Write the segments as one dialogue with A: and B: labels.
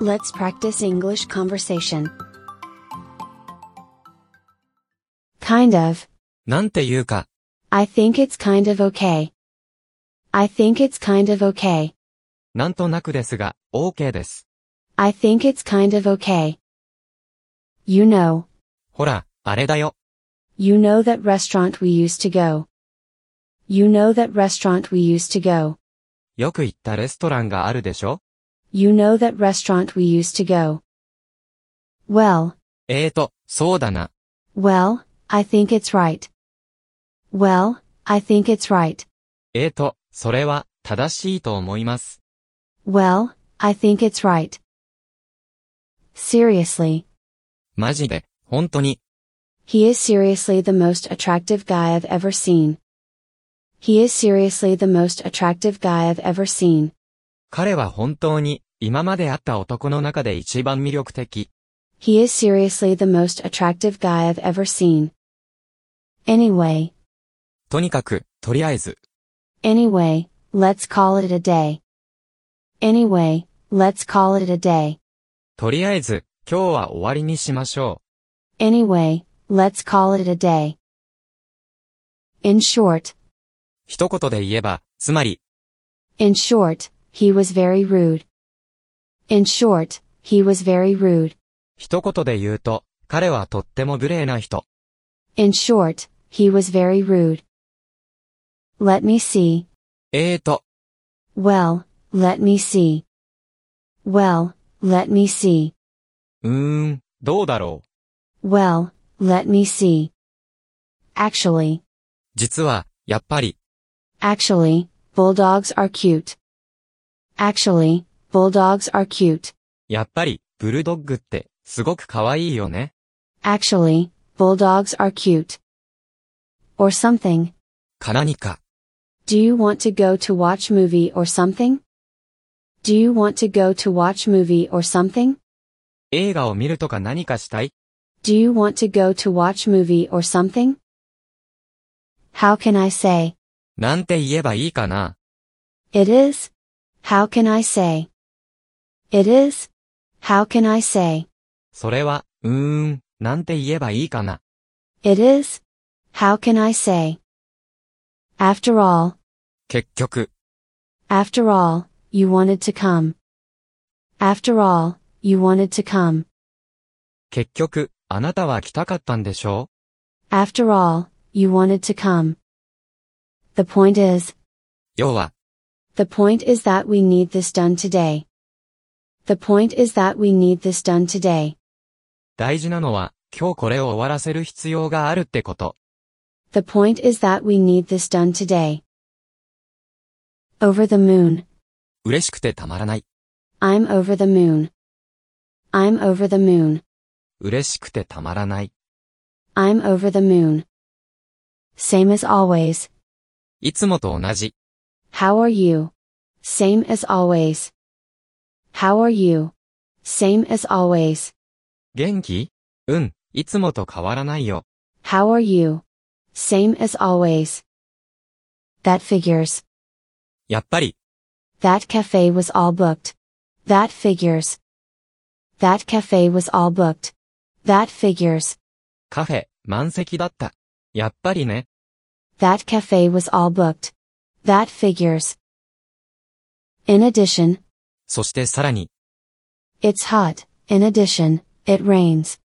A: Let's practice English conversation. Kind of.
B: なんていうか、
A: I think it's kind of okay. I think it's kind of okay.
B: なんとなくですが、OK です。
A: I think it's kind of okay. You know,
B: ほら、あれだよ。
A: you know that restaurant we used to go. You know that restaurant we used to go.
B: よく行ったレストランがあるでしょ
A: You know that restaurant we used to go. Well,
B: えーと、そうだな。
A: well, I think it's right. Well, I think it's right.
B: えーと、それは、正しいと思います。
A: Well, I think it's right. Seriously,
B: マジで、本当に。
A: he is seriously the most attractive guy I've ever seen. He is seriously the most attractive guy I've ever seen.
B: 彼は本当に、今まで会った男の中で一番魅力的。
A: He is seriously the most attractive guy I've ever seen. Anyway,
B: とにかく、とりあえず。
A: anyway, let's call it a day. Anyway, let's call it a day.
B: とりあえず、今日は終わりにしましょ
A: Anyway, let's call it a day. In short,
B: う。一言で言えば、つまり、
A: In short, he was very rude. In short, he was very rude.
B: 一言で言うと、彼はとっても無礼な人。
A: In short, he was very rude. Let me see.
B: えーと、
A: Well, let me see. Well, let me see.
B: うーん、どうだろう。
A: Well, let me see. Actually,
B: 実は、やっぱり、
A: actually, bulldogs are cute. Actually, bulldogs are cute.
B: やっぱり、ブルドッグって、すごく可愛いよね。
A: Actually, bulldogs are cute. Or something.
B: か何か。
A: Do you want to go to watch movie or something? Do you want to go to watch movie or something?
B: 映画を見るとか何かしたい
A: Do you want to go to watch movie or something? How can I say?
B: なんて言えばいいかな
A: It is. How can I say? It is. How can I say?
B: それは、うーん、なんて言えばいいかな
A: It is. How can I say? After all,
B: 結局、
A: after all, you wanted to come. After all, you wanted to come.
B: 結局、あなたは来たかったんでしょ
A: After all, you wanted to come. The point is,
B: う要は、
A: the point is that we need this done today. The point is that we need this done today.
B: 大事なのは、今日これを終わらせる必要があるってこと。
A: The point is that we need this done today. Over the moon.
B: 嬉しくてたまらない。
A: I'm over the moon. I'm over the moon.
B: 嬉しくてたまらない。
A: I'm over the moon. Same as always.
B: いつもと同じ。
A: How are you? Same as always. How are you? Same as always.
B: 元気うん、いつもと変わらないよ。
A: How are you? Same as always. That figures.
B: やっぱり、
A: That cafe was all booked. That figures. That cafe was all booked. That figures.
B: カフェ、満席だった。やっぱりね。
A: That cafe was all booked. That figures. In addition,
B: そしてさらに、
A: it's hot. In addition, it rains.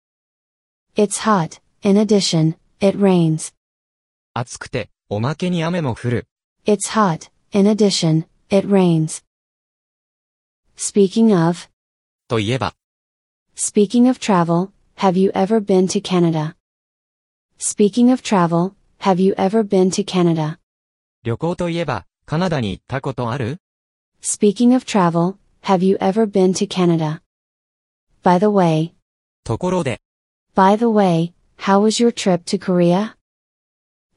A: It's hot. In addition, it rains.
B: 暑くて、おまけに雨も降る。
A: It's hot. In addition, it rains. Speaking of,
B: といえば、
A: speaking of travel, have you ever been to Canada? Speaking of travel, have you ever been to Canada?
B: 旅行といえば、カナダに行ったことある
A: Speaking of travel, have you ever been to Canada? By the way,
B: ところで、
A: by the way, how was your trip to Korea?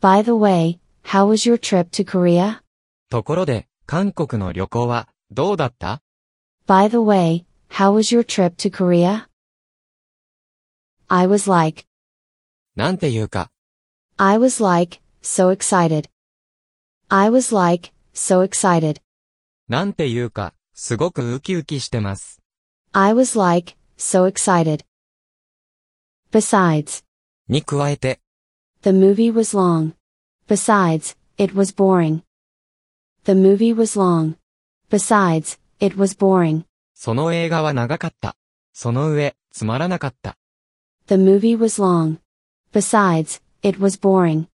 A: By the way, how was your trip to Korea?
B: ところで、韓国の旅行は、どうだった
A: By the way, how was your trip to Korea? I was like,
B: なんていうか、
A: I was like, so excited. I was like, so excited.
B: なんていうか、すごくウキウキしてます。
A: I was like, so excited. Besides,
B: に加えて、
A: the movie was long. Besides, it was boring. The movie was long. Besides, it was boring.
B: その映画は長かった。その上、つまらなかった。
A: The movie was long. Besides, it was boring.